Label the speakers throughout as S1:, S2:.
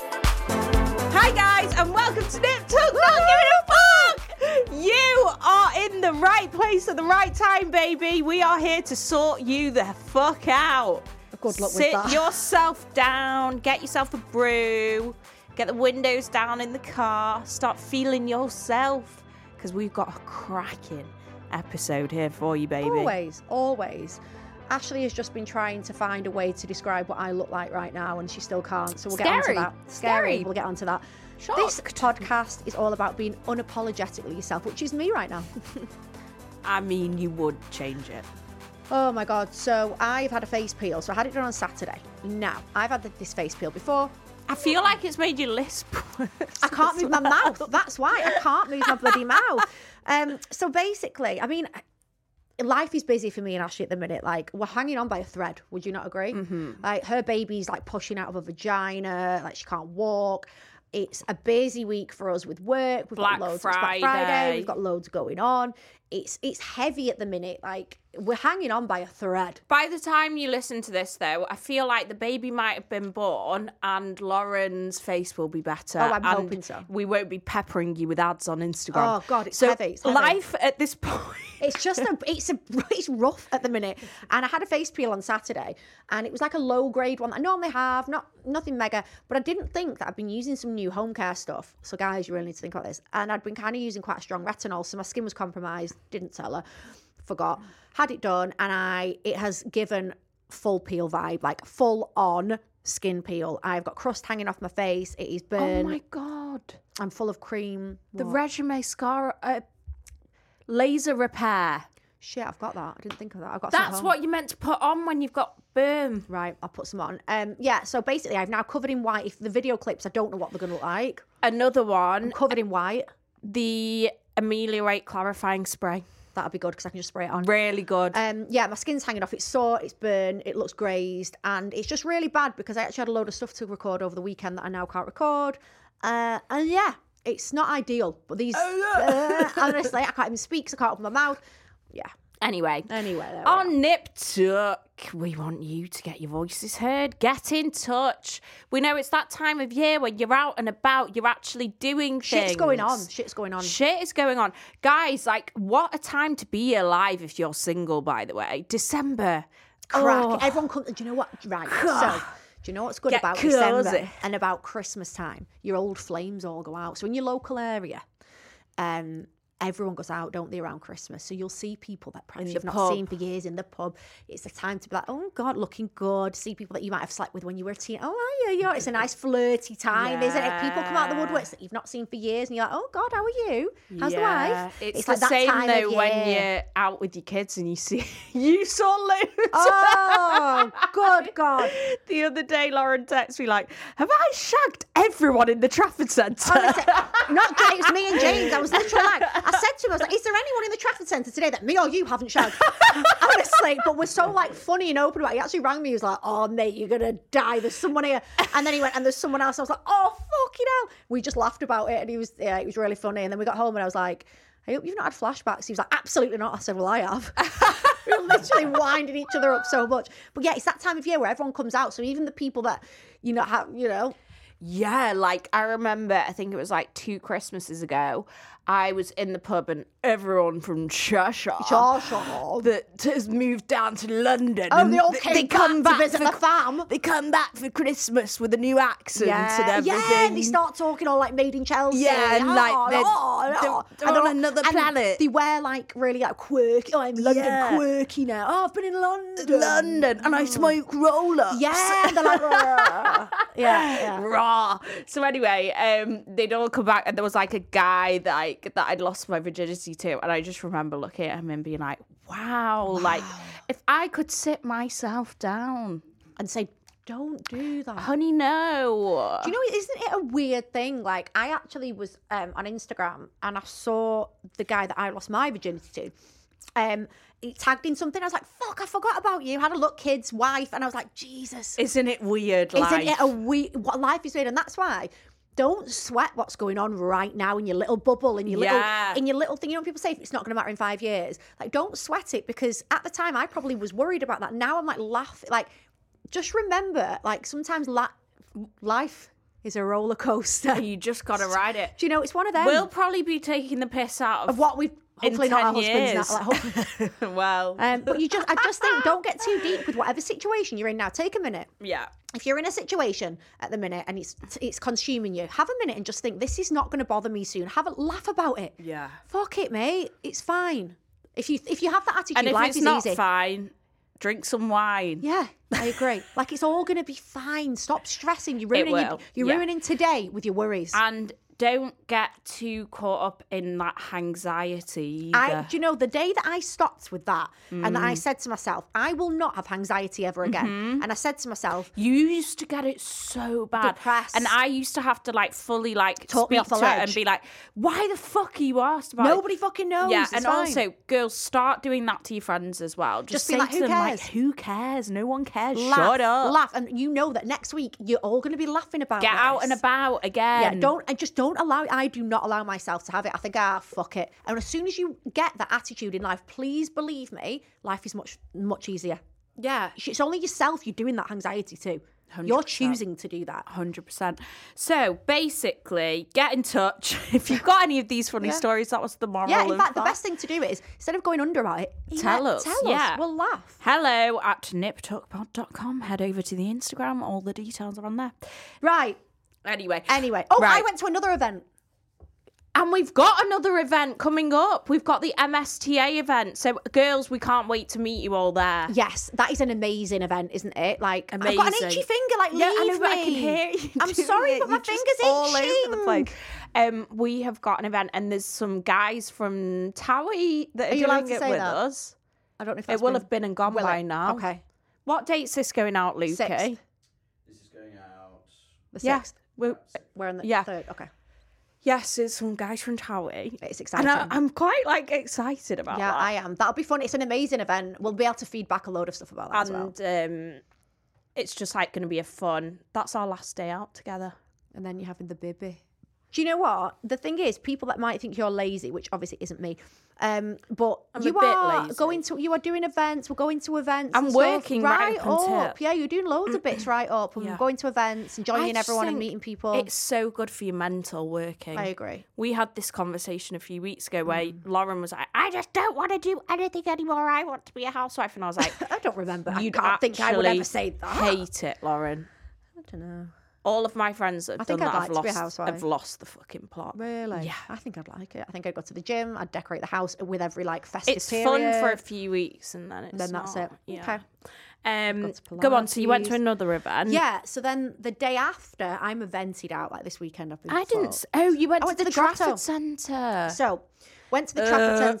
S1: Hi guys, and welcome to Nip Tuck. Not giving a fuck. You are in the right place at the right time, baby. We are here to sort you the fuck out.
S2: Good luck
S1: Sit
S2: with that.
S1: yourself down. Get yourself a brew. Get the windows down in the car. Start feeling yourself because we've got a cracking episode here for you, baby.
S2: Always, always. Ashley has just been trying to find a way to describe what I look like right now, and she still can't. So we'll get onto
S3: Scary.
S2: that.
S3: Scary.
S2: We'll get onto that. This podcast is all about being unapologetically yourself, which is me right now.
S1: I mean, you would change it.
S2: Oh my god! So I've had a face peel. So I had it done on Saturday. Now I've had th- this face peel before.
S1: I feel like it's made you lisp.
S2: I can't move my mouth. That's why I can't move my bloody mouth. Um, so basically, I mean, life is busy for me and Ashley at the minute. Like we're hanging on by a thread. Would you not agree? Like her baby's like pushing out of her vagina. Like she can't walk. It's a busy week for us with work. We've
S1: Black
S2: got loads. It's Black Friday.
S1: Friday.
S2: We've got loads going on. It's it's heavy at the minute. Like we're hanging on by a thread.
S1: By the time you listen to this, though, I feel like the baby might have been born and Lauren's face will be better.
S2: Oh, I'm
S1: and
S2: hoping so.
S1: We won't be peppering you with ads on Instagram.
S2: Oh, God, it's
S1: so
S2: heavy, it's heavy.
S1: Life at this point.
S2: It's just a, it's a, it's rough at the minute. And I had a face peel on Saturday, and it was like a low grade one that I normally have, not nothing mega, but I didn't think that I'd been using some new home care stuff. So guys, you really need to think about this. And I'd been kind of using quite a strong retinol, so my skin was compromised. Didn't tell her, forgot, had it done, and I it has given full peel vibe, like full on skin peel. I've got crust hanging off my face. It is
S1: oh
S2: burn.
S1: my God.
S2: I'm full of cream.
S1: The
S2: What?
S1: resume scar. Uh, laser repair.
S2: Shit, I've got that. I didn't think of that. I've got. some at
S1: That's
S2: home.
S1: what you meant to put on when you've got boom.
S2: Right, I'll put some on. Um, yeah, so basically, I've now covered in white. If the video clips, I don't know what they're going to look like.
S1: Another one,
S2: Covered in white.
S1: the ameliorate clarifying spray.
S2: That'll be good because I can just spray it on.
S1: Really good.
S2: Um, yeah, my skin's hanging off. It's sore, it's burned, it looks grazed, and it's just really bad because I actually had a load of stuff to record over the weekend that I now can't record. Uh, and yeah, it's not ideal. But these, uh, honestly, I can't even speak 'cause I can't open my mouth. Yeah.
S1: anyway.
S2: Anyway, there we are.
S1: On Nip Tuck, we want you to get your voices heard. Get in touch. We know it's that time of year when you're out and about, you're actually doing things.
S2: shit's going on. Shit's going on.
S1: Shit is going on. Guys, like, what a time to be alive if you're single, by the way. December.
S2: crack.
S1: Oh.
S2: Everyone comes. Do you know what? Right. so, do you know what's good
S1: Get
S2: about
S1: cozy.
S2: December and about Christmas time? Your old flames all go out. So in your local area, um, everyone goes out, don't they, around Christmas? So you'll see people that perhaps
S1: the
S2: you've not
S1: pub.
S2: seen for years in the pub. It's the time to be like, oh God, looking good. See people that you might have slept with when you were a teen. Oh, are you? You're-" It's a nice flirty time, isn't it? People come out the
S1: Yeah.
S2: woodworks that you've not seen for years, and you're like, oh God, how are you? How's the
S1: Yeah.
S2: wife?
S1: It's, the same though when you're out with your kids and you see you saw loads.
S2: Oh, good God.
S1: The other day, Lauren texted me like, "Have I shagged everyone in the Trafford Centre?"
S2: Honestly, not James, was me and James. I was literally like, I said to him, I was like, is there anyone in the Trafford Centre today that me or you haven't shagged? Honestly, but we're so like funny and open about it. He actually rang me, he was like, oh mate, you're gonna die. There's someone here. And then he went, and there's someone else. I was like, oh fucking hell. We just laughed about it and he was yeah, it was really funny. And then we got home and I was like, I hope you've not had flashbacks. He was like, absolutely not. I said, well, I have. we were literally winding each other up so much. But yeah, it's that time of year where everyone comes out. So even the people that, you know, have, you know,
S1: Yeah, like I remember, I think it was like two Christmases ago, I was in the pub and everyone from Cheshire
S2: Cheshire.
S1: that has moved down to London.
S2: Oh,
S1: and
S2: they all
S1: th-
S2: came back to visit the farm.
S1: They come back for Christmas with a new accent and
S2: Yeah,
S1: everything.
S2: yeah, and they start talking all like made in Chelsea.
S1: Yeah, and, like,
S2: oh,
S1: they're-
S2: oh,
S1: they're-
S2: oh.
S1: they're
S2: And
S1: on
S2: all-
S1: another
S2: and
S1: planet.
S2: They wear like really like quirky. Oh, I'm London
S1: Yeah.
S2: quirky now. Oh, I've been in London.
S1: London, and I smoke roll
S2: Oh,
S1: ups.
S2: Yeah, they're like, yeah, yeah.
S1: raw. So anyway, um, they'd all come back, and there was like a guy that I that I'd lost my virginity to, and I just remember looking at him and being like, "Wow, like if I could sit myself down,
S2: And say, don't do that.
S1: honey, no."
S2: Do you know, isn't it a weird thing? Like, I actually was um, on Instagram and I saw the guy that I lost my virginity to. Um, he tagged in something. I was like, fuck, I forgot about you. Had a look, kids, wife. And I was like, Jesus.
S1: Isn't it weird? Like,
S2: Isn't it a we what life is weird? And that's why don't sweat what's going on right now in your little bubble in your
S1: Yeah.
S2: little in your little thing. You know, when people say it's not going to matter in five years. Like, don't sweat it because at the time I probably was worried about that. Now I'm like laughing. Like, just remember, like sometimes la- life is a roller coaster.
S1: you just gotta ride it.
S2: Do you know it's one of them?
S1: We'll probably be taking the piss out of
S2: of what we've
S1: in
S2: hopefully not our
S1: 10
S2: husbands.
S1: years.
S2: Now, like, hopefully-
S1: well,
S2: um, but you just, I just think, don't get too deep with whatever situation you're in now. Take a minute.
S1: yeah.
S2: if you're in a situation at the minute and it's it's consuming you, have a minute and just think this is not going to bother me soon. Have a laugh about it.
S1: Yeah.
S2: Fuck it, mate. It's fine. If you if you have that attitude,
S1: And if
S2: life
S1: it's
S2: is
S1: not
S2: easy.
S1: fine, drink some wine.
S2: Yeah, I agree. like it's all going to be fine. Stop stressing. You're ruining your,
S1: will,
S2: you're
S1: yeah.
S2: ruining today with your worries.
S1: And don't get too caught up in that anxiety.
S2: I, do you know the day that I stopped with that and
S1: Mm.
S2: that I said to myself, I will not have anxiety ever again.
S1: Mm-hmm.
S2: And I said to myself,
S1: You used to get it so bad.
S2: Depressed.
S1: And I used to have to like fully like
S2: Talk me
S1: speak
S2: off the
S1: to her and
S2: ledge.
S1: be like, why the fuck are you asked about it?"
S2: nobody fucking knows.
S1: Yeah,
S2: It's
S1: and
S2: fine.
S1: also, girls, start doing that to your friends as well. Just,
S2: Just be
S1: say
S2: like,
S1: to
S2: "Who
S1: them, like,
S2: cares?"
S1: who cares? No one cares.
S2: laugh,
S1: Shut up.
S2: laugh, and you know that next week you're all going to be laughing about.
S1: Get out and
S2: this.
S1: about again.
S2: Yeah, don't and just don't allow. I do not allow myself to have it. I think ah, fuck it. And as soon as you get that attitude in life, please believe me, life is much much easier.
S1: Yeah.
S2: It's only yourself you're doing that anxiety to. you are choosing to do that.
S1: Hundred percent. So basically, get in touch if you've got any of these funny stories. That was the moral.
S2: Yeah, in
S1: of
S2: fact, the
S1: that.
S2: best thing to do is instead of going under about it,
S1: Tell
S2: yeah,
S1: us,
S2: Tell
S1: yeah.
S2: us. We'll laugh.
S1: Hello at niptuckpod.com. Head over to the Instagram. All the details are on there.
S2: Right.
S1: Anyway,
S2: Anyway. Oh, I
S1: Right.
S2: went to another event.
S1: And we've got another event coming up. We've got the MSTA event. So, girls, we can't wait to meet you all there.
S2: Yes, that is an amazing event, isn't it? Like I've got an
S1: Amazing.
S2: itchy finger. Like
S1: Yeah,
S2: leave
S1: I know,
S2: me.
S1: but I can hear you.
S2: I'm
S1: doing
S2: sorry,
S1: it.
S2: but my
S1: You're just
S2: finger's
S1: all
S2: itching.
S1: over the place. Um, we have got an event, and there's some guys from Towie that are,
S2: you allowed
S1: doing
S2: to
S1: it
S2: say
S1: with
S2: that?
S1: us.
S2: I don't know if
S1: It
S2: that's
S1: will
S2: been-
S1: have been and gone
S2: Will it?
S1: by now.
S2: Okay.
S1: What date's this going out, Luke? Eh?
S2: Sixth.
S3: This is going out.
S2: The
S1: Yes.
S2: sixth.
S1: We're,
S2: We're on the
S1: Yeah.
S2: third. Okay.
S1: yes, it's some guys from Towie.
S2: It's
S1: And I,
S2: exciting.
S1: I'm quite like excited about
S2: yeah,
S1: that.
S2: I am. That'll be fun. It's an amazing event. We'll be able to feedback a load of stuff about that as well.
S1: and um, it's just like going to be a fun. That's our last day out together.
S2: And then you're having the baby. Do you know what? The thing is, people that might think you're lazy, which obviously isn't me, um, but
S1: I'm a
S2: you
S1: bit
S2: are
S1: lazy.
S2: going to you are doing events. We're going to events.
S1: I'm
S2: and stuff
S1: working right up until-
S2: up. Yeah, you're doing loads of bits right up. And
S1: Yeah.
S2: we're going to events and
S1: I
S2: joining
S1: just
S2: everyone and
S1: think
S2: meeting people.
S1: It's so good for your mental working.
S2: I agree. Mm.
S1: We had this conversation a few weeks ago where Lauren was like, "I just don't want to do anything anymore. I want to be a housewife," and I was like,
S2: I don't remember.
S1: "You
S2: I can't think I would ever say that.
S1: Hate it, Lauren.
S2: I don't know.
S1: All of my friends that have
S2: I think
S1: done
S2: I'd
S1: that
S2: like
S1: have
S2: to be a
S1: lost.
S2: housewife.
S1: Have lost the fucking plot.
S2: Really?
S1: Yeah.
S2: I think I'd like it. I think I'd go to the gym. I'd decorate the house with every like festive
S1: It's fun for a
S2: period.
S1: few weeks and then it's
S2: Then that's
S1: not.
S2: it.
S1: Yeah.
S2: Okay.
S1: Um,
S2: Got to
S1: go on. So you went to
S2: Pilates.
S1: another event.
S2: Yeah. So then the day after, I'm evented out like this weekend. I've been.
S1: I didn't. s-
S2: fucked.
S1: Oh, you went to
S2: I went
S1: the,
S2: to the grotto.
S1: Trafford Centre.
S2: So, went
S1: uh,
S2: to the Trafford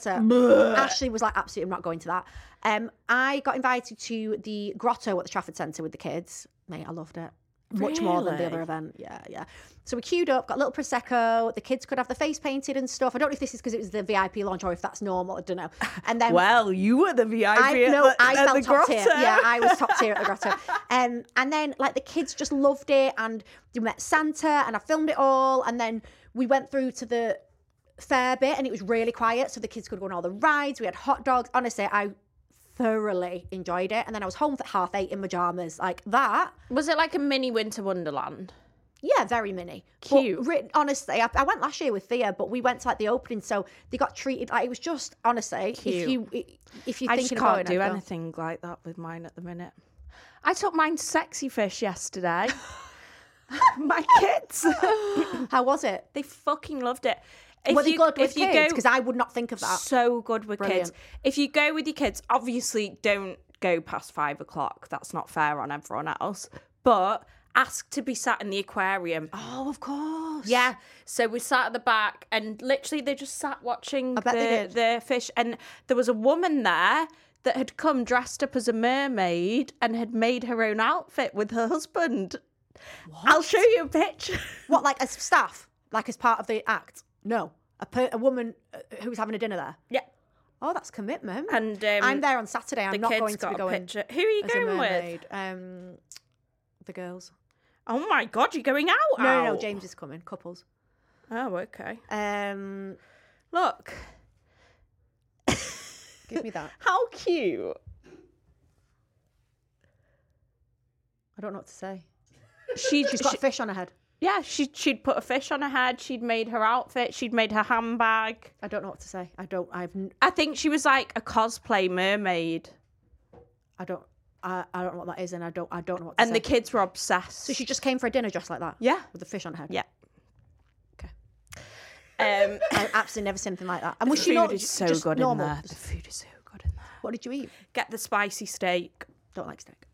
S2: Centre. Ashley was like, absolutely, I'm not going to that. Um, I got invited to the grotto at the Trafford Centre with the kids. Mate, I loved it. Much more than the other
S1: Really?
S2: event. Yeah, yeah. So we queued up, got a little Prosecco. The kids could have the face painted and stuff. I don't know if this is because it was the VIP launch or if that's normal. I don't know. And then
S1: Well, you were the VIP.
S2: I no, I felt top tier. Yeah, I was top tier at the grotto. Um, and then like the kids just loved it, and we met Santa, and I filmed it all, and then we went through to the fair bit, and it was really quiet, so the kids could go on all the rides. We had hot dogs. Honestly, I thoroughly enjoyed it, and then I was home at half eight in pajamas, like that.
S1: was it like a mini Winter Wonderland?
S2: Yeah, very mini.
S1: Cute.
S2: But re- honestly, I, I went last year with Thea, but we went to like the opening, so they got treated. Like, it was just honestly, if
S1: Cute.
S2: you i- if you
S1: I
S2: thinking
S1: just
S2: about
S1: can't
S2: it,
S1: do
S2: I'd go,
S1: anything like that with mine at the minute. I took mine to sexy fish yesterday. My kids,
S2: How was it?
S1: they fucking loved it. If
S2: Were they
S1: you-
S2: good with
S1: if you
S2: kids?
S1: go-
S2: Because I would not think of that.
S1: so good with
S2: Uh, Brilliant.
S1: kids. If you go with your kids, obviously don't go past five o'clock. That's not fair on everyone else. But ask to be sat in the aquarium.
S2: Oh, of course.
S1: Yeah. So we sat at the back and literally they just sat watching
S2: bet they
S1: the, the fish. And there was a woman there that had come dressed up as a mermaid and had made her own outfit with her husband. I'll show you a picture.
S2: What, like as staff, like as part of the act? No, a, per- a woman uh, who was having a dinner there.
S1: yeah.
S2: Oh, that's commitment.
S1: And, um,
S2: I'm there on Saturday.
S1: The
S2: I'm not
S1: kids
S2: going to
S1: got
S2: be
S1: a
S2: going.
S1: picture. Who are you
S2: as a
S1: going with?
S2: mermaid. Um, the girls.
S1: Oh my god, you're going out?
S2: No, no, no.
S1: out.
S2: James is coming. Couples.
S1: Oh, okay.
S2: Um,
S1: Look,
S2: give me that.
S1: how cute.
S2: I don't know what to say.
S1: She,
S2: She's got a fish on her head.
S1: yeah, she, she'd put a fish on her head. She'd made her outfit. She'd made her handbag.
S2: I don't know what to say. I don't. I've. n-
S1: I think she was like a cosplay mermaid.
S2: I don't. I, I don't know what that is, and I don't. I don't know what. To
S1: And
S2: say.
S1: the kids were obsessed.
S2: So she just came for a dinner dressed like that.
S1: Yeah.
S2: With a fish on her head.
S1: Yeah.
S2: Okay.
S1: Um,
S2: I've absolutely never seen anything like that. And was she
S1: food
S2: not
S1: is so
S2: just
S1: good
S2: normal?
S1: in there. The food is so good in there.
S2: What did you eat?
S1: Get the spicy steak.
S2: Don't like steak.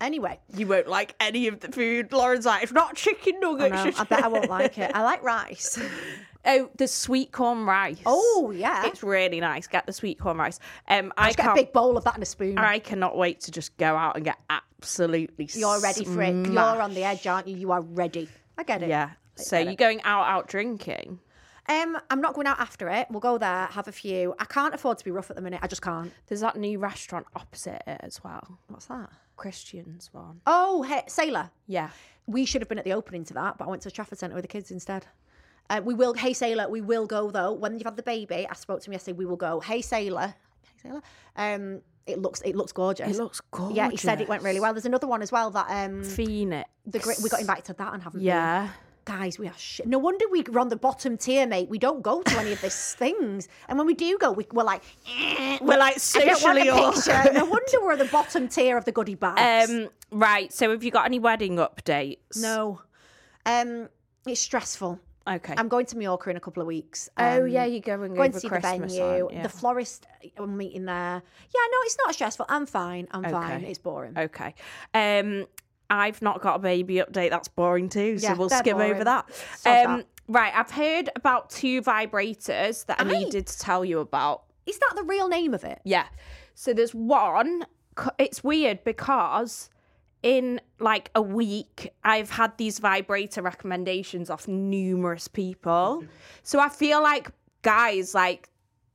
S2: Anyway,
S1: You won't like any of the food. Lauren's like, if not chicken
S2: I,
S1: nuggets.
S2: know,
S1: you
S2: I bet I won't like it. I like rice.
S1: Oh, the sweet corn rice.
S2: Oh yeah.
S1: It's really nice. Get the sweet corn rice. Um, I
S2: Just get a
S1: can't.
S2: big bowl of that and a spoon.
S1: I cannot wait to just go out and get absolutely.
S2: You're ready for it. You're on the edge, aren't you? You are ready. I get it.
S1: Yeah. So you're going out, out drinking.
S2: Um, I'm not going out after it. We'll go there, have a few. I can't afford to be rough at the minute. I just can't.
S1: There's that new restaurant opposite it as well.
S2: What's that?
S1: Christian's one.
S2: Oh, hey, Sailor.
S1: Yeah.
S2: We should have been at the opening to that, but I went to the Trafford Centre with the kids instead. Uh, we will, hey Sailor, we will go though. When you've had the baby, I spoke to him yesterday. We will go. Hey Sailor, hey Sailor. Um, it looks, it looks gorgeous.
S1: It looks gorgeous.
S2: Yeah, he said it went really well. There's another one as well that um,
S1: Phoenix.
S2: the great, we got invited to that and haven't. been.
S1: Yeah.
S2: guys, we are shit. No wonder we- we're on the bottom tier, mate. We don't go to any of these things, and when we do go, we, we're like, eh,
S1: We're like
S2: I don't want a
S1: socially
S2: picture. No wonder we're the bottom tier of the goodie bags.
S1: Um. Right. So have you got any wedding updates?
S2: no, um, it's stressful.
S1: Okay. Um,
S2: I'm going to Mallorca in a couple of weeks.
S1: oh
S2: um,
S1: yeah, you're going
S2: Going
S1: over
S2: to see
S1: Christmas,
S2: the venue,
S1: aren't you?
S2: the florist. uh, I'm meeting there. Yeah, no, it's not stressful. I'm fine. I'm fine.
S1: Okay. Oh.
S2: It's boring.
S1: Okay. Um, I've not got a baby update. That's boring too. So
S2: Yeah,
S1: we'll
S2: they're
S1: skim over
S2: boring.
S1: that. Um,
S2: Sod that.
S1: Right. I've heard about two vibrators that I,
S2: Aye.
S1: needed to tell you about.
S2: Is that the real name of it?
S1: Yeah. So there's one. c- It's weird because in like a week, I've had these vibrator recommendations off numerous people. so I feel like, guys, like,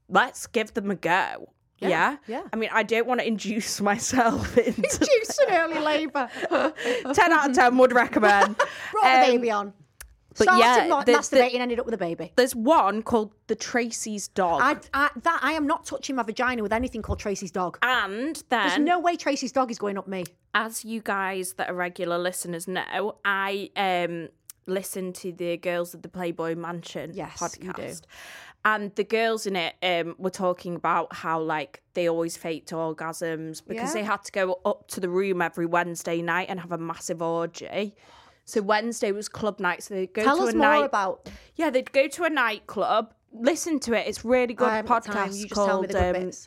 S1: let's give them a go. Yeah. Yeah.
S2: yeah.
S1: I mean, I don't want to induce myself into
S2: Juice and early labour.
S1: 10 out of 10 would recommend.
S2: Brought the
S1: Um,
S2: baby on.
S1: but
S2: Started
S1: yeah,
S2: not
S1: the- the-
S2: masturbating, ended up with a baby.
S1: There's one called the Tracy's Dog.
S2: I, I that I am not touching my vagina with anything called Tracy's dog.
S1: and
S2: There's
S1: then,
S2: no way Tracy's dog is going up me.
S1: as you guys that are regular listeners know, I um listen to the Girls of the Playboy Mansion
S2: Yes,
S1: podcast.
S2: you do.
S1: And the girls in it um, were talking about how like they always faked orgasms because
S2: Yeah.
S1: they had to go up to the room every Wednesday night and have a massive orgy. So Wednesday was club night, so they go
S2: Tell
S1: to
S2: us
S1: a
S2: more
S1: night.
S2: about.
S1: Yeah, they'd go to a nightclub, listen to it. It's really good
S2: I haven't got
S1: podcast
S2: um, time. You just
S1: called
S2: tell me the good
S1: um,
S2: bits.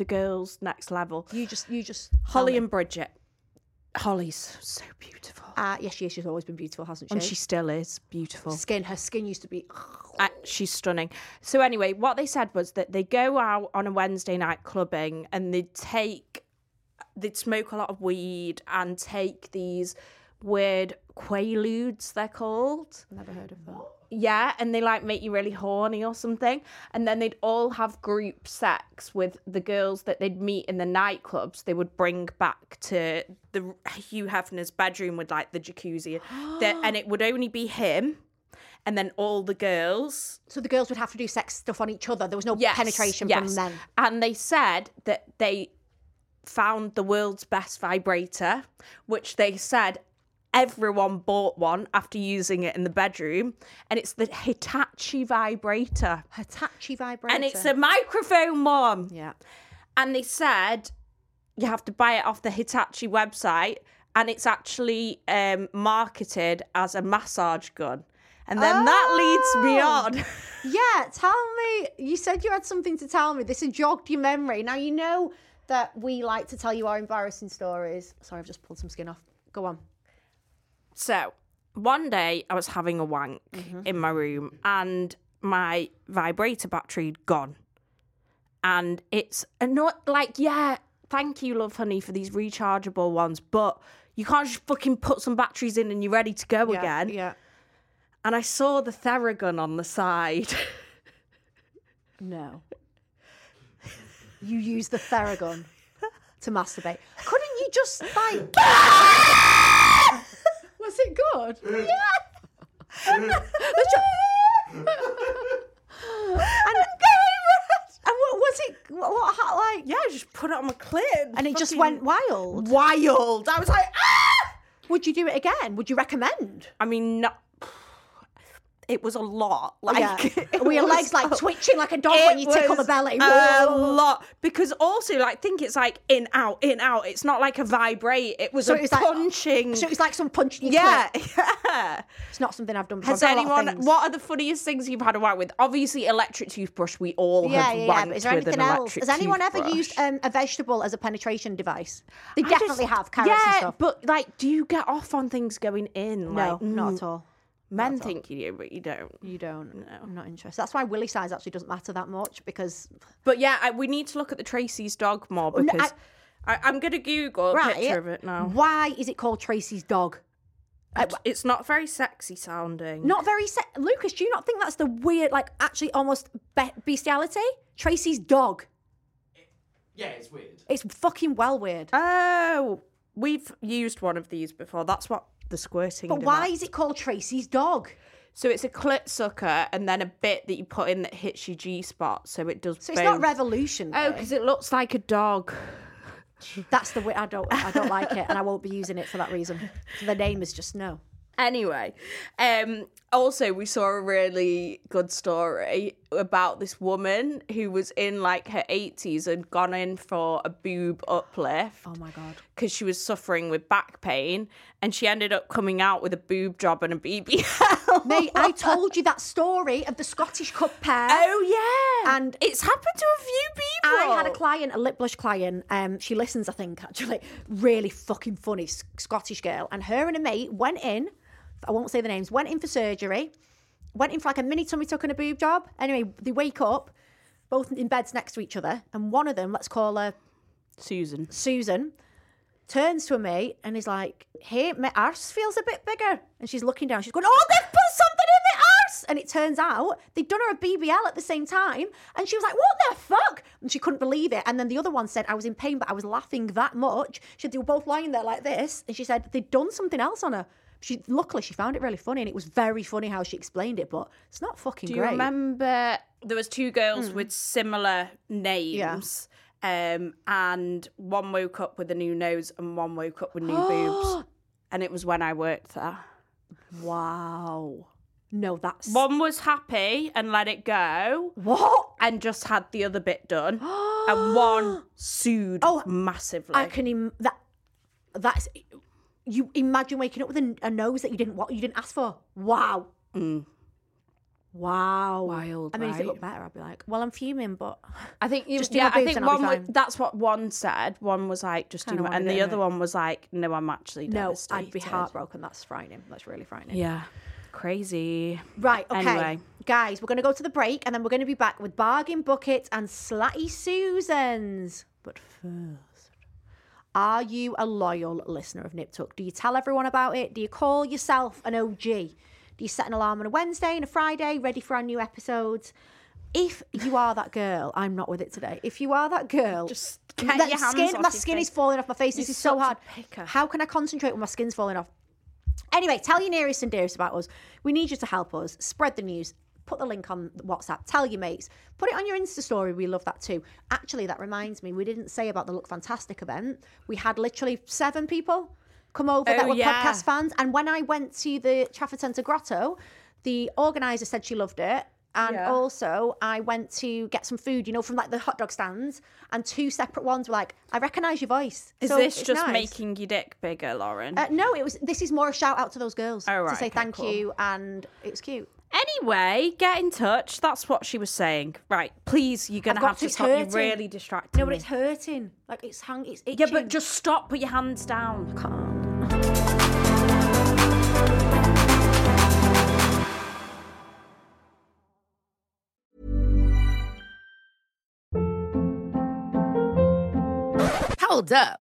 S1: The Girls Next Level.
S2: You just, you just.
S1: Holly
S2: tell me.
S1: and Bridget. Holly's so beautiful.
S2: Uh, yes, she is. She's always been beautiful, hasn't she?
S1: and she still is beautiful.
S2: skin. Her skin used to be.
S1: Uh, she's stunning. So anyway, what they said was that they go out on a Wednesday night clubbing and they'd take they'd smoke a lot of weed and take these weird quaaludes they're called.
S2: Never heard of that.
S1: Yeah, and they like make you really horny or something. And then they'd all have group sex with the girls that they'd meet in the nightclubs. They would bring back to the Hugh Hefner's bedroom with like the jacuzzi, There- and it would only be him, and then all the girls.
S2: So the girls would have to do sex stuff on each other. There was no
S1: Yes,
S2: penetration
S1: yes.
S2: from them.
S1: And they said that they found the world's best vibrator, which they said everyone bought one after using it in the bedroom, and it's the Hitachi vibrator.
S2: Hitachi vibrator.
S1: And it's a microphone one.
S2: yeah.
S1: And they said you have to buy it off the Hitachi website, and it's actually um, marketed as a massage gun. And then that leads me
S2: Oh.
S1: on.
S2: Yeah, tell me. You said you had something to tell me. This has jogged your memory. Now you know that we like to tell you our embarrassing stories. Sorry, I've just pulled some skin off. Go on.
S1: So one day I was having a wank
S2: Mm-hmm.
S1: in my room and my vibrator battery had gone. And it's a not like, yeah, thank you, love honey, for these rechargeable ones, but you can't just fucking put some batteries in and you're ready to go
S2: Yeah,
S1: again.
S2: Yeah.
S1: And I saw the Theragun on the side.
S2: No. you use the Theragun to masturbate. Couldn't you just like? Was it good? Yeah. and, and what was it? What, what how, like?
S1: yeah, I just put it on my clit.
S2: And it just
S1: fucking
S2: went wild.
S1: wild. I was like, ah!
S2: Would you do it again? Would you recommend?
S1: I mean, no, it was a lot. Like, it
S2: Were your
S1: was
S2: legs like
S1: a-
S2: twitching like a dog when you tickle the
S1: was
S2: belly?
S1: A
S2: Whoa.
S1: lot. Because also, like, think it's like in, out, in, out. It's not like a vibrate. It was
S2: So
S1: a
S2: it was like-
S1: punching.
S2: So it's like some punch in your
S1: yeah,
S2: clit.
S1: yeah.
S2: It's not something I've done before.
S1: Has
S2: I've done a lot of
S1: anyone?
S2: things.
S1: What are the funniest things you've had a wank with? Obviously, electric toothbrush. We all
S2: Yeah,
S1: have
S2: yeah, yeah.
S1: wanked
S2: But is there
S1: with
S2: anything
S1: an
S2: else?
S1: electric
S2: Has anyone ever
S1: toothbrush.
S2: used um, a vegetable as a penetration device? They
S1: I just-
S2: definitely have carrots
S1: yeah,
S2: and stuff.
S1: but like, do you get off on things going in?
S2: no,
S1: like,
S2: not
S1: mm,
S2: at all.
S1: Men think you do, but you don't.
S2: You don't. I'm not interested. That's why willy size actually doesn't matter that much because
S1: But yeah, I, we need to look at the Tracy's dog more
S2: no,
S1: because I, I, am going to Google a picture of it now.
S2: Why is it called Tracy's dog?
S1: It's not very sexy sounding.
S2: Not very se- Lucas, do you not think that's the weird, like actually almost be- bestiality? Tracy's dog.
S3: Yeah, it's weird.
S2: It's fucking well weird.
S1: Oh, we've used one of these before. That's what the squirting.
S2: But why is it called Tracy's dog?
S1: So it's a clit sucker and then a bit that you put in that hits your G spot, so it does.
S2: So it's not
S1: both.
S2: revolution.
S1: Oh, because it looks like a dog.
S2: That's the way I don't. I don't like it, and I won't be using it for that reason. The name is just no. Oh
S1: Anyway, um, also we saw a really good story about this woman who was in like her 80s and gone in for a boob uplift.
S2: Oh my god.
S1: because she was suffering with back pain and she ended up coming out with a boob job and a BBL.
S2: Mate, I told you that story of the Scottish cup pair.
S1: oh yeah.
S2: And-
S1: it's happened to a few people.
S2: I had a client, a lip blush client. Um, she listens, I think, actually. Really fucking funny S- Scottish girl. And her and a mate went in. I won't say the names. Went in for surgery. Went in for like a mini tummy tuck and a boob job. Anyway, they wake up, both in beds next to each other, and one of them, let's call her
S1: Susan.
S2: Susan turns to a mate and is like, "Hey, my arse feels a bit bigger." And she's looking down. She's going, "Oh, they've put something in my arse!" And it turns out they'd done her a BBL at the same time. And she was like, "What the fuck?" And she couldn't believe it. And then the other one said, "I was in pain, but I was laughing that much." She said they were both lying there like this, and she said they'd done something else on her. She luckily she found it really funny, and it was very funny how she explained it. But it's not fucking
S1: Do you
S2: great.
S1: remember there was two girls
S2: Hmm.
S1: with similar names? Um, and one woke up with a new nose and one woke up with new boobs. And it was when I worked there.
S2: Wow. No, that's
S1: One was happy and let it go
S2: what.
S1: and just had the other bit done. and one sued
S2: Oh,
S1: massively.
S2: I can Im- that that's you imagine waking up with a, a nose that you didn't what you didn't ask for. Wow. Wow.
S1: Wild,
S2: I mean, if it
S1: right?
S2: looked better, I'd be like, well, I'm fuming, but
S1: I think you,
S2: Just do my
S1: yeah, I
S2: boobs
S1: think
S2: and I'll
S1: one
S2: be
S1: was,
S2: fine.
S1: that's what one said. One was like, just do
S2: Kinda
S1: my, and
S2: wanted it,
S1: the other
S2: innit?
S1: one was like, no, I'm actually
S2: no,
S1: devastated.
S2: I'd be heartbroken. That's frightening. That's really frightening.
S1: Yeah, crazy.
S2: Right, okay.
S1: Anyway.
S2: Guys, we're going to go to the break and then we're going to be back with Bargain Bucket and Slatty Susans. But first, are you a loyal listener of Nip Tuck? Do you tell everyone about it? Do you call yourself an OG? Do you set an alarm on a Wednesday and a Friday, ready for our new episodes? If you are that girl, I'm not with it today. If you are that girl,
S1: Just get
S2: that
S1: your hands
S2: skin,
S1: off
S2: my
S1: your
S2: skin
S1: face.
S2: is falling off my face.
S1: You're
S2: this is so
S1: such a
S2: hard.
S1: picker.
S2: How can I concentrate when my skin's falling off? Anyway, tell your nearest and dearest about us. We need you to help us spread the news. Put the link on WhatsApp. Tell your mates. Put it on your Insta story. We love that too. Actually, that reminds me, we didn't say about the Look Fantastic event. We had literally seven people come over that
S4: Oh,
S2: were
S4: yeah.
S2: podcast fans. And when I went to the Trafford Centre Grotto, the organizer said she loved it. And
S4: Yeah.
S2: also, I went to get some food, you know, from like the hot dog stands, and two separate ones were like, "I recognise your voice."
S1: Is
S2: So
S1: this
S2: it's
S1: just
S2: nice.
S1: making your dick bigger, Lauren?
S2: Uh, no, it was. This is more a shout out to those girls
S1: Oh,
S2: to
S1: right,
S2: say
S1: okay,
S2: thank
S1: cool.
S2: you, and it was cute.
S1: anyway, get in touch. That's what she was saying. Right, please, you're gonna
S2: I've got
S1: have
S2: to,
S1: to
S2: it's
S1: stop. You're
S2: hurting.
S1: really distracting.
S2: No, but
S1: me.
S2: it's hurting. Like it's hang. It's itching.
S1: yeah, but just stop. Put your hands down.
S2: can't.
S5: Hold up.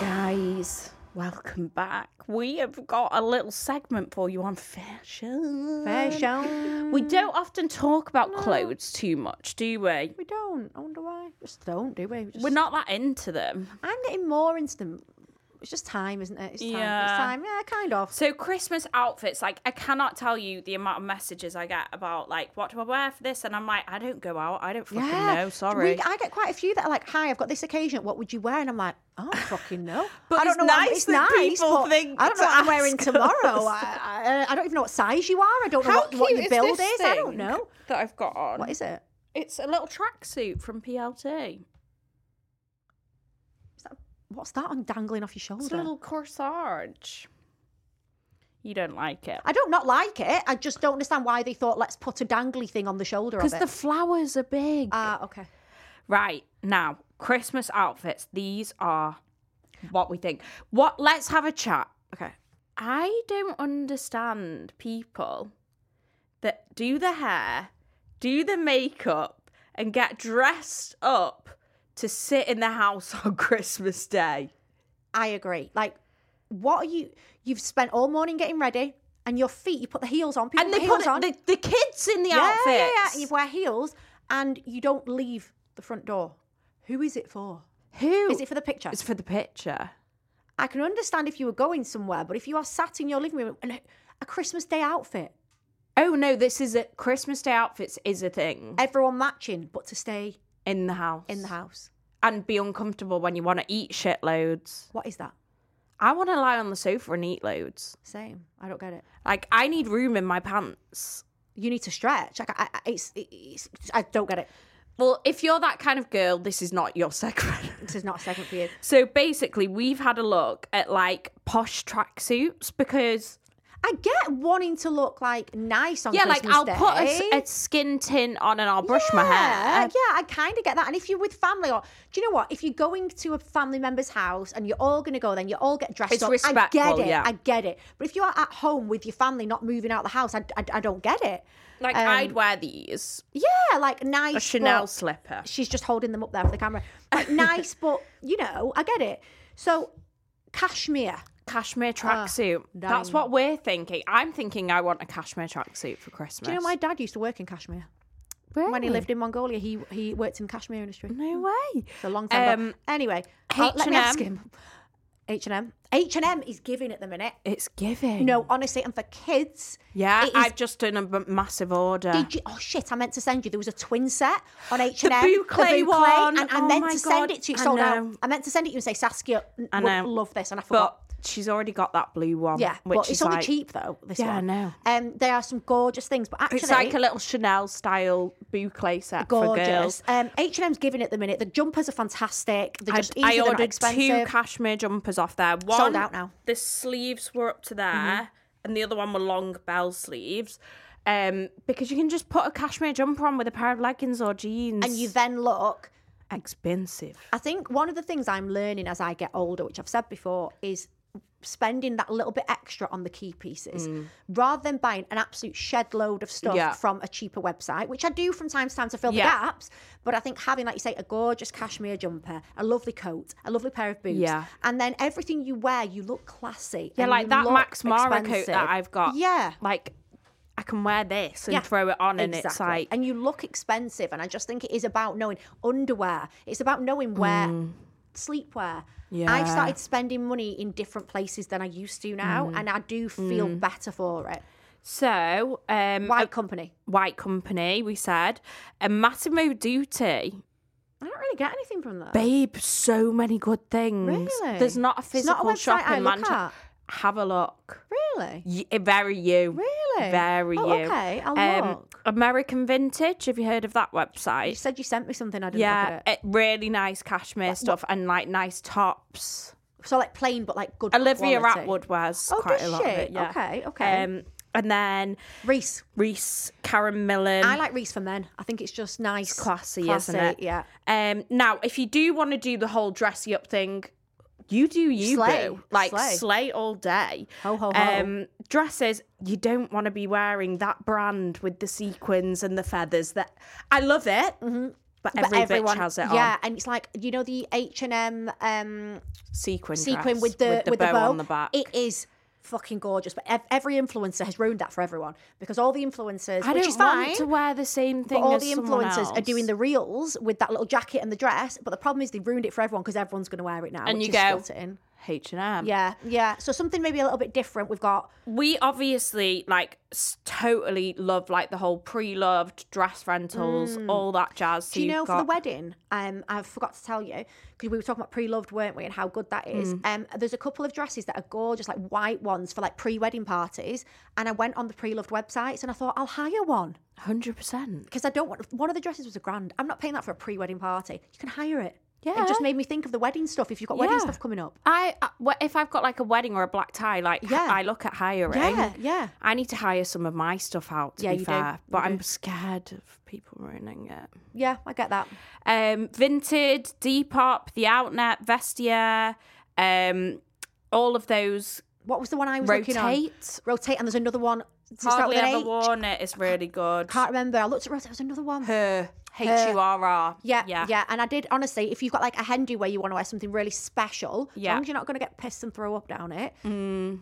S1: Guys, welcome back. We have got a little segment for you on fashion.
S2: Mm. Fashion.
S1: We don't often talk about clothes too much, do we?
S2: We don't. I wonder why. Just don't, do we? We Just,
S1: We're not that into them.
S2: I'm getting more into them. It's just time, isn't it? It's time. It's
S1: Yeah.
S2: time. Yeah, kind of.
S1: So Christmas outfits, like I cannot tell you the amount of messages I get about like what do I wear for this, and I'm like, I don't go out, I don't fucking know.
S2: We-
S1: Sorry.
S2: I get quite a few that are like, "Hi, I've got this occasion. What would you wear?" And I'm like, "I don't fucking know."
S4: But
S2: I don't
S4: it's
S2: know.
S4: nice
S2: What, it's
S4: that
S2: nice,
S4: people
S2: but
S4: think
S2: I don't
S4: to
S2: know what I'm wearing
S4: ask
S2: tomorrow.
S4: us.
S2: I, I, I don't even know what size you are. I don't know what, what your build is. I don't know.
S1: that I've got on.
S2: What is it?
S1: It's a little tracksuit from PLT.
S2: Is that, what's that on dangling off your shoulder?
S1: It's a little corsage. You don't like it
S2: I don't not like it. I just don't understand why they thought let's put a dangly thing on the shoulder of
S1: because
S2: it.
S1: the flowers are big.
S2: Ah, okay.
S1: Right now, Christmas outfits. These are what we think. What? Let's have a chat. Okay. I don't understand people that do the hair, do the makeup, and get dressed up to sit in the house on Christmas Day.
S2: I agree. Like, what are you? You've spent all morning getting ready, and your feet. You put the heels on. People
S1: And
S2: put
S1: they
S2: heels
S1: put
S2: on.
S1: it, the, the kids in the
S2: yeah,
S1: outfits.
S2: yeah, yeah. And you wear heels, and you don't leave the front door. Who is it for?
S1: Who?
S2: Is it for the picture?
S1: It's for the picture.
S2: I can understand if you were going somewhere, but if you are sat in your living room and a Christmas Day outfit,
S1: Oh no, this is a Christmas Day outfits is a thing
S2: everyone matching, but to stay
S1: in the house.
S2: in the house.
S1: and be uncomfortable when you want to eat shit loads.
S2: What is that?
S1: I want to lie on the sofa and eat loads.
S2: Same. I don't get it.
S1: Like I need room in my pants.
S2: You need to stretch. Like, I, I, it's, it's, I don't get it.
S1: Well, if you're that kind of girl, this is not your segment.
S2: This is not a segment for you.
S1: so basically, we've had a look at like posh tracksuits because
S2: I get wanting to look like nice on
S1: yeah,
S2: Christmas
S1: like I'll
S2: Day.
S1: put a s- a, skin tint on and I'll brush my
S2: Yeah,
S1: hair. Uh,
S2: yeah, I kind of get that. And if you're with family, or do you know what? If you're going to a family member's house and you're all going to go, then you all get dressed
S1: It's
S2: up. I get
S1: respectful,
S2: it.
S1: yeah.
S2: I get it. But if you are at home with your family, not moving out the house, I, I, I don't get it.
S1: Like
S2: Um,
S1: I'd wear these
S2: Yeah, like nice.
S1: a Chanel
S2: but-
S1: slipper.
S2: She's just holding them up there for the camera. Like, nice, but you know, I get it. So, cashmere.
S1: cashmere tracksuit. That's
S2: dang.
S1: what we're thinking. I'm thinking I want a cashmere tracksuit for Christmas.
S2: Do you know my dad used to work in Kashmir? When he lived in Mongolia, he he worked in the Kashmir industry.
S1: No way.
S2: It's a long time
S1: Um,
S2: ago. Anyway, I'll- let
S1: H&M.
S2: me ask him. H and M. H and M is giving at the minute.
S1: It's giving.
S2: No, honestly, and for kids.
S1: Yeah,
S2: it is-
S1: I've just done a m- massive order.
S2: Did you, oh shit! I meant to send you. There was a twin set on H
S1: The
S2: and M.
S1: boucle one.
S2: and I
S1: Oh
S2: meant
S1: my
S2: to send
S1: God,
S2: it to you.
S1: I
S2: So now
S1: know.
S2: I meant to send it to you and say Saskia n-
S1: I
S2: would
S1: know.
S2: love this, and I
S1: but
S2: forgot.
S1: she's already got that blue one.
S2: Yeah,
S1: which
S2: well, it's
S1: is
S2: only
S1: like,
S2: cheap though. This
S1: Yeah, I
S2: one.
S1: know.
S2: Um, they are some gorgeous things, but actually,
S1: It's like a little Chanel style boucle set for girls.
S2: gorgeous. Um, H and M's giving it the minute. The jumpers are fantastic. They're
S1: I-
S2: just
S1: I,
S2: easy. they're not
S1: ordered two
S2: expensive.
S1: cashmere jumpers off there. One,
S2: out now. Mm-hmm.
S1: The sleeves were up to there, and the other one were long bell sleeves. Um, because you can just put a cashmere jumper on with a pair of leggings or jeans.
S2: and you then look.
S1: expensive.
S2: I think one of the things I'm learning as I get older, which I've said before, is spending that little bit extra on the key pieces rather than buying an absolute shed load of stuff
S1: Mm. Yeah.
S2: from a cheaper website, which I do from time to time to fill the
S1: Yeah.
S2: gaps. But I think having, like you say, a gorgeous cashmere jumper, a lovely coat, a lovely pair of boots,
S1: Yeah.
S2: and then everything you wear, you look classy.
S1: Yeah,
S2: and
S1: like
S2: you
S1: that
S2: look
S1: Max Mara coat
S2: expensive.
S1: that I've got.
S2: Yeah.
S1: like I can wear this and
S2: Yeah,
S1: throw it on, and it's
S2: exactly.
S1: like
S2: and you look expensive and i just think it is about knowing underwear it's about knowing where sleepwear
S1: Mm. Yeah.
S2: i've started spending money in different places than i used to now
S1: Mm.
S2: and i do feel better for it
S1: so. Um,
S2: white
S1: a
S2: company
S1: white company. We said and Massimo Dutti.
S2: i don't really get anything from that
S1: Babe, so many good things.
S2: Really?
S1: There's not a
S2: It's
S1: physical
S2: not a website
S1: shop
S2: I
S1: in
S2: look
S1: Manchester.
S2: at.
S1: Have a look.
S2: really
S1: Y- eh, very you.
S2: Really?
S1: Very
S2: Oh,
S1: you. Um,
S2: okay, I'll look.
S1: American Vintage. Have you heard of that website?
S2: you said you sent me something i didn't look
S1: yeah,
S2: at
S1: it-
S2: it.
S1: really nice cashmere stuff and like nice tops.
S2: so like plain but like good
S1: Olivia
S2: quality.
S1: Atwood wears
S2: Oh,
S1: quite
S2: does
S1: a lot of
S2: she?
S1: it. Yeah.
S2: Okay, okay.
S1: Um, and then
S2: reese
S1: Reese, Karen Millen.
S2: i like reese for men i think it's just nice
S1: mm. classy, isn't it?
S2: yeah
S1: Um, now, if you do want to do the whole dressy up thing, you do you
S2: Slay.
S1: boo. like
S2: Slay.
S1: slay. all day.
S2: Ho, ho, ho.
S1: Um, dresses you don't want to be wearing that brand with the sequins and the feathers. That I love it,
S2: Mm-hmm.
S1: but,
S2: but
S1: every
S2: everyone
S1: bitch has it
S2: yeah
S1: on.
S2: and it's like you know the h&m um
S1: Sequin,
S2: sequin
S1: dress
S2: with the with the bow,
S1: on the back.
S2: It is fucking gorgeous, but ev- every influencer has ruined that for everyone because all the influencers,
S1: I
S2: which
S1: don't
S2: is fine,
S1: want to wear the same
S2: but
S1: thing.
S2: all
S1: as
S2: the
S1: someone
S2: influencers are
S1: else.
S2: doing the reels with that little jacket and the dress. But the problem is they ruined it for everyone because everyone's going to wear it now.
S1: And
S2: which
S1: you
S2: is
S1: go-
S2: stilting.
S1: H and M.
S2: yeah, yeah. So something maybe a little bit different. We've got
S1: we obviously like s- totally love like the whole pre-loved dress rentals, all that jazz. So
S2: Mm. Do you
S1: you've
S2: know for
S1: got-
S2: the wedding? Um, I forgot to tell you because we were talking about pre-loved, weren't we? And how good that is.
S1: Mm.
S2: Um, there's a couple of dresses that are gorgeous, like white ones for like pre-wedding parties. And I went on the pre-loved websites and I thought I'll hire one
S1: Hundred percent.
S2: because I don't want one of the dresses was a grand. I'm not paying that for a pre-wedding party. You can hire it.
S1: Yeah.
S2: It just made me think of the wedding stuff. If you've got wedding
S1: Yeah.
S2: stuff coming up,
S1: I uh, wh- if I've got like a wedding or a black tie, like h-
S2: Yeah.
S1: I look at hiring.
S2: Yeah, yeah.
S1: I need to hire some of my stuff out. To
S2: Yeah,
S1: be
S2: you do.
S1: fair,
S2: You
S1: but
S2: do.
S1: I'm scared of people ruining it.
S2: yeah, I get that.
S1: Um, Vinted, Depop, The Outnet, Vestia, um, all of those
S2: What was the one I was looking on?
S1: rotate.
S2: Rotate. And there's another one. Does it start
S1: Hardly
S2: with an
S1: ever
S2: H?
S1: worn it. It's really good.
S2: Can't remember. I looked at Rotate. There was another one.
S1: Her H U R R.
S2: Yeah, yeah, And I did honestly, if you've got like a Hindu where you want to wear something really special, as
S1: Yeah. Mm.
S2: long as you're not going to get pissed and throw up down it,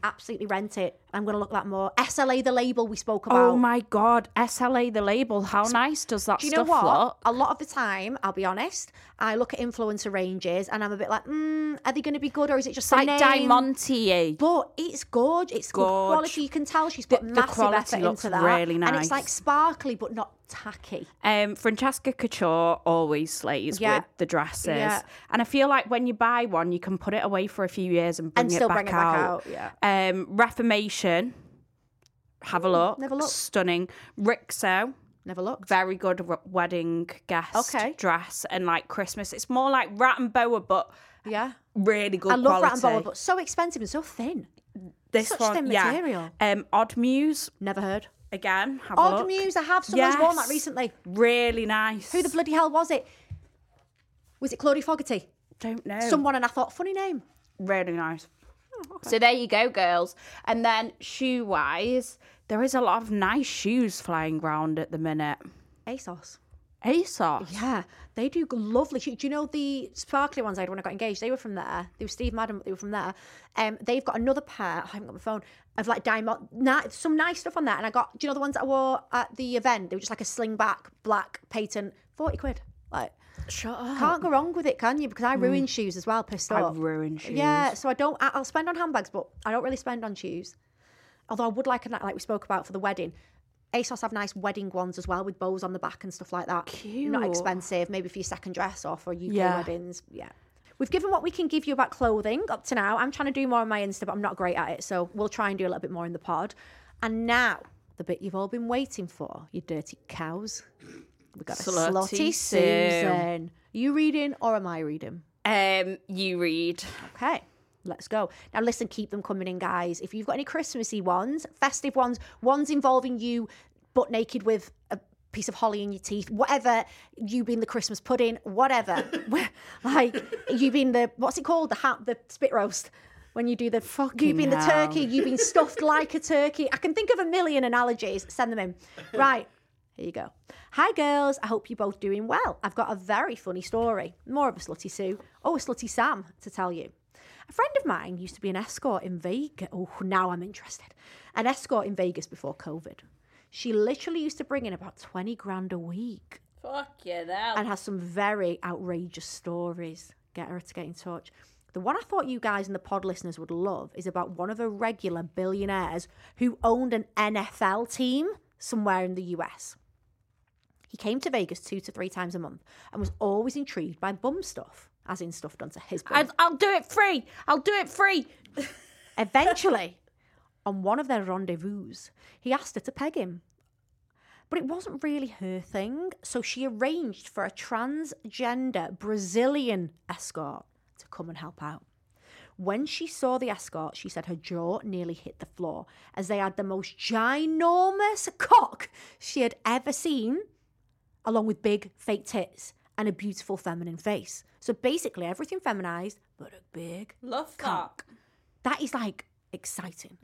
S2: absolutely rent it. I'm going to look that more. SLA, the label we spoke about.
S1: Oh my god, SLA the label. How nice does that
S2: Do you know
S1: stuff
S2: what?
S1: look?
S2: A lot of the time, I'll be honest, I look at influencer ranges and I'm a bit like, mm, are they going to be good or is it just the
S1: Like
S2: name?
S1: Diamante.
S2: But it's gorgeous. It's good
S1: Gorge.
S2: quality. You can tell she's put
S1: The- the
S2: massive
S1: quality
S2: effort
S1: looks
S2: into that.
S1: really
S2: And it's like
S1: nice.
S2: sparkly but not tacky.
S1: Um, Francesca Couture always slays
S2: Yeah.
S1: with the dresses,
S2: Yeah.
S1: and I feel like when you buy one, you can put it away for a few years and bring
S2: And
S1: it
S2: still
S1: back
S2: bring it back
S1: out.
S2: out, yeah. Mm,
S1: Um, Reformation. Have a look.
S2: never looked.
S1: Stunning. Rixo.
S2: Never looked.
S1: Very good r- wedding guest
S2: Okay.
S1: dress and like Christmas. It's more like rat and boa, but
S2: Yeah.
S1: really good
S2: I love
S1: quality.
S2: rat and boa, but so expensive and so thin.
S1: this
S2: such
S1: one,
S2: thin
S1: yeah.
S2: material.
S1: Um, Odd Muse
S2: Never heard.
S1: again. Have a
S2: Odd
S1: look.
S2: Muse, I have. Someone's worn that
S1: Yes.
S2: recently.
S1: Really nice.
S2: Who the bloody hell was it? Was it Claudia Fogarty?
S1: don't know?
S2: Someone, and I thought, funny name.
S1: really nice. So there you go, girls. And then shoe wise, there is a lot of nice shoes flying round at the minute.
S2: ASOS.
S1: ASOS.
S2: Yeah, they do g- lovely shoes. Do you know the sparkly ones I had when I got engaged? They were from there. They were Steve Madden, but they were from there. Um, they've got another pair. I haven't got my phone of like diamond, ni- some nice stuff on there. And I got, do you know the ones that I wore at the event? They were just like a slingback black patent, forty quid. Like,
S1: Shut up. Hmm.
S2: can't go wrong with it, can you? Because I ruin shoes as well. Pissed
S1: I
S2: off.
S1: ruin shoes.
S2: Yeah, so I don't. I- I'll spend on handbags, but I don't really spend on shoes. Although I would like a night like we spoke about for the wedding. ASOS have nice wedding ones as well with bows on the back and stuff like that. Not
S1: Cute.
S2: expensive, maybe for your second dress or for UK
S1: Yeah.
S2: weddings. Yeah. We've given what we can give you about clothing up to now. I'm trying to do more on my Insta, but I'm not great at it. So we'll try and do a little bit more in the pod. And now, the bit you've all been waiting for, you dirty cows. We've got a
S6: Slutty
S2: slutty,
S6: Sue.
S2: Susan. Are you reading or am I reading?
S6: Um, you read.
S2: Okay, let's go. Now, listen, keep them coming in, guys. If you've got any Christmassy ones, festive ones, ones involving you butt naked with a piece of holly in your teeth, whatever, you being the Christmas pudding, whatever, Wh- like you being the what's it called, the hat, the spit roast. When you do the fucking, you've been the
S6: hell.
S2: turkey, you've been stuffed like a turkey. I can think of a million analogies. Send them in. Right, here you go. Hi, girls. I hope you're both doing well. I've got a very funny story, more of a slutty Sue, or a slutty Sam, to tell you. A friend of mine used to be an escort in Vegas. Oh, now I'm interested. An escort in Vegas before COVID. She literally used to bring in about 20 grand a week
S6: Fucking hell.
S2: and has some very outrageous stories. Get her to get in touch. The one I thought you guys and the pod listeners would love is about one of her regular billionaires who owned an NFL team somewhere in the US. He came to Vegas two to three times a month and was always intrigued by bum stuff, as in stuff done to his bum.
S6: I, I'll do it free. I'll do it free.
S2: Eventually, on one of their rendezvous, he asked her to peg him. But it wasn't really her thing, so she arranged for a transgender Brazilian escort to come and help out. When she saw the escort, she said her jaw nearly hit the floor as they had the most ginormous cock she had ever seen, along with big fake tits and a beautiful feminine face. So basically, everything feminized, but a big
S6: Love
S2: Cock. that is like exciting.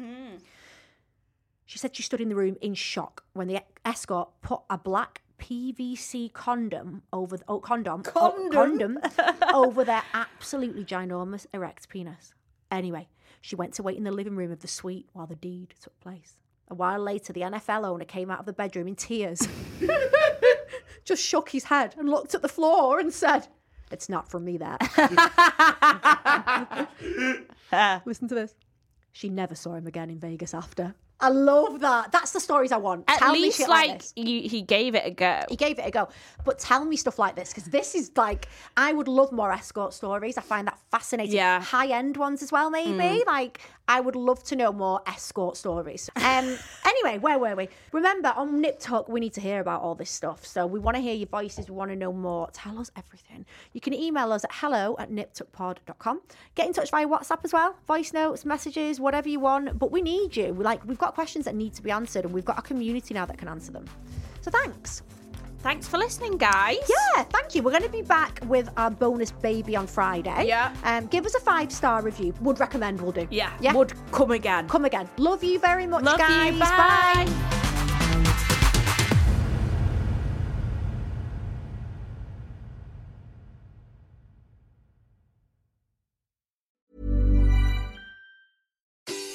S2: She said she stood in the room in shock when the e-, escort put a black PVC condom over the, oh, condom, oh, condom over their absolutely ginormous erect penis. Anyway, she went to wait in the living room of the suite while the deed took place. A while later, the NFL owner came out of the bedroom in tears, just shook his head and looked at the floor and said, It's not from me, that. Listen to this. She never saw him again in Vegas after. I love that. That's the stories I want.
S6: At
S2: Tell me
S6: least,
S2: shit
S6: like,
S2: this.
S6: you, he gave it a go.
S2: he gave it a go. But tell me stuff like this because this is like I would love more escort stories. I find that fascinating.
S6: Yeah.
S2: high end ones as well, maybe. Like I would love to know more escort stories. Um. anyway, where were we? Remember on Nip Talk, we need to hear about all this stuff. So we want to hear your voices. We want to know more. Tell us everything. You can email us at hello at niptuckpod.com. Get in touch via WhatsApp as well. Voice notes, messages, whatever you want. But we need you. We Like we've got questions that need to be answered, and we've got a community now that can answer them. So thanks.
S6: Thanks for listening, guys.
S2: Yeah, thank you. We're going to be back with our bonus baby on Friday.
S6: Yeah.
S2: Um, give us a five star review. Would recommend. We'll do.
S6: Yeah.
S2: Yeah.
S6: Would come again.
S2: Come again. Love you very much,
S6: Love
S2: guys.
S6: you. Bye.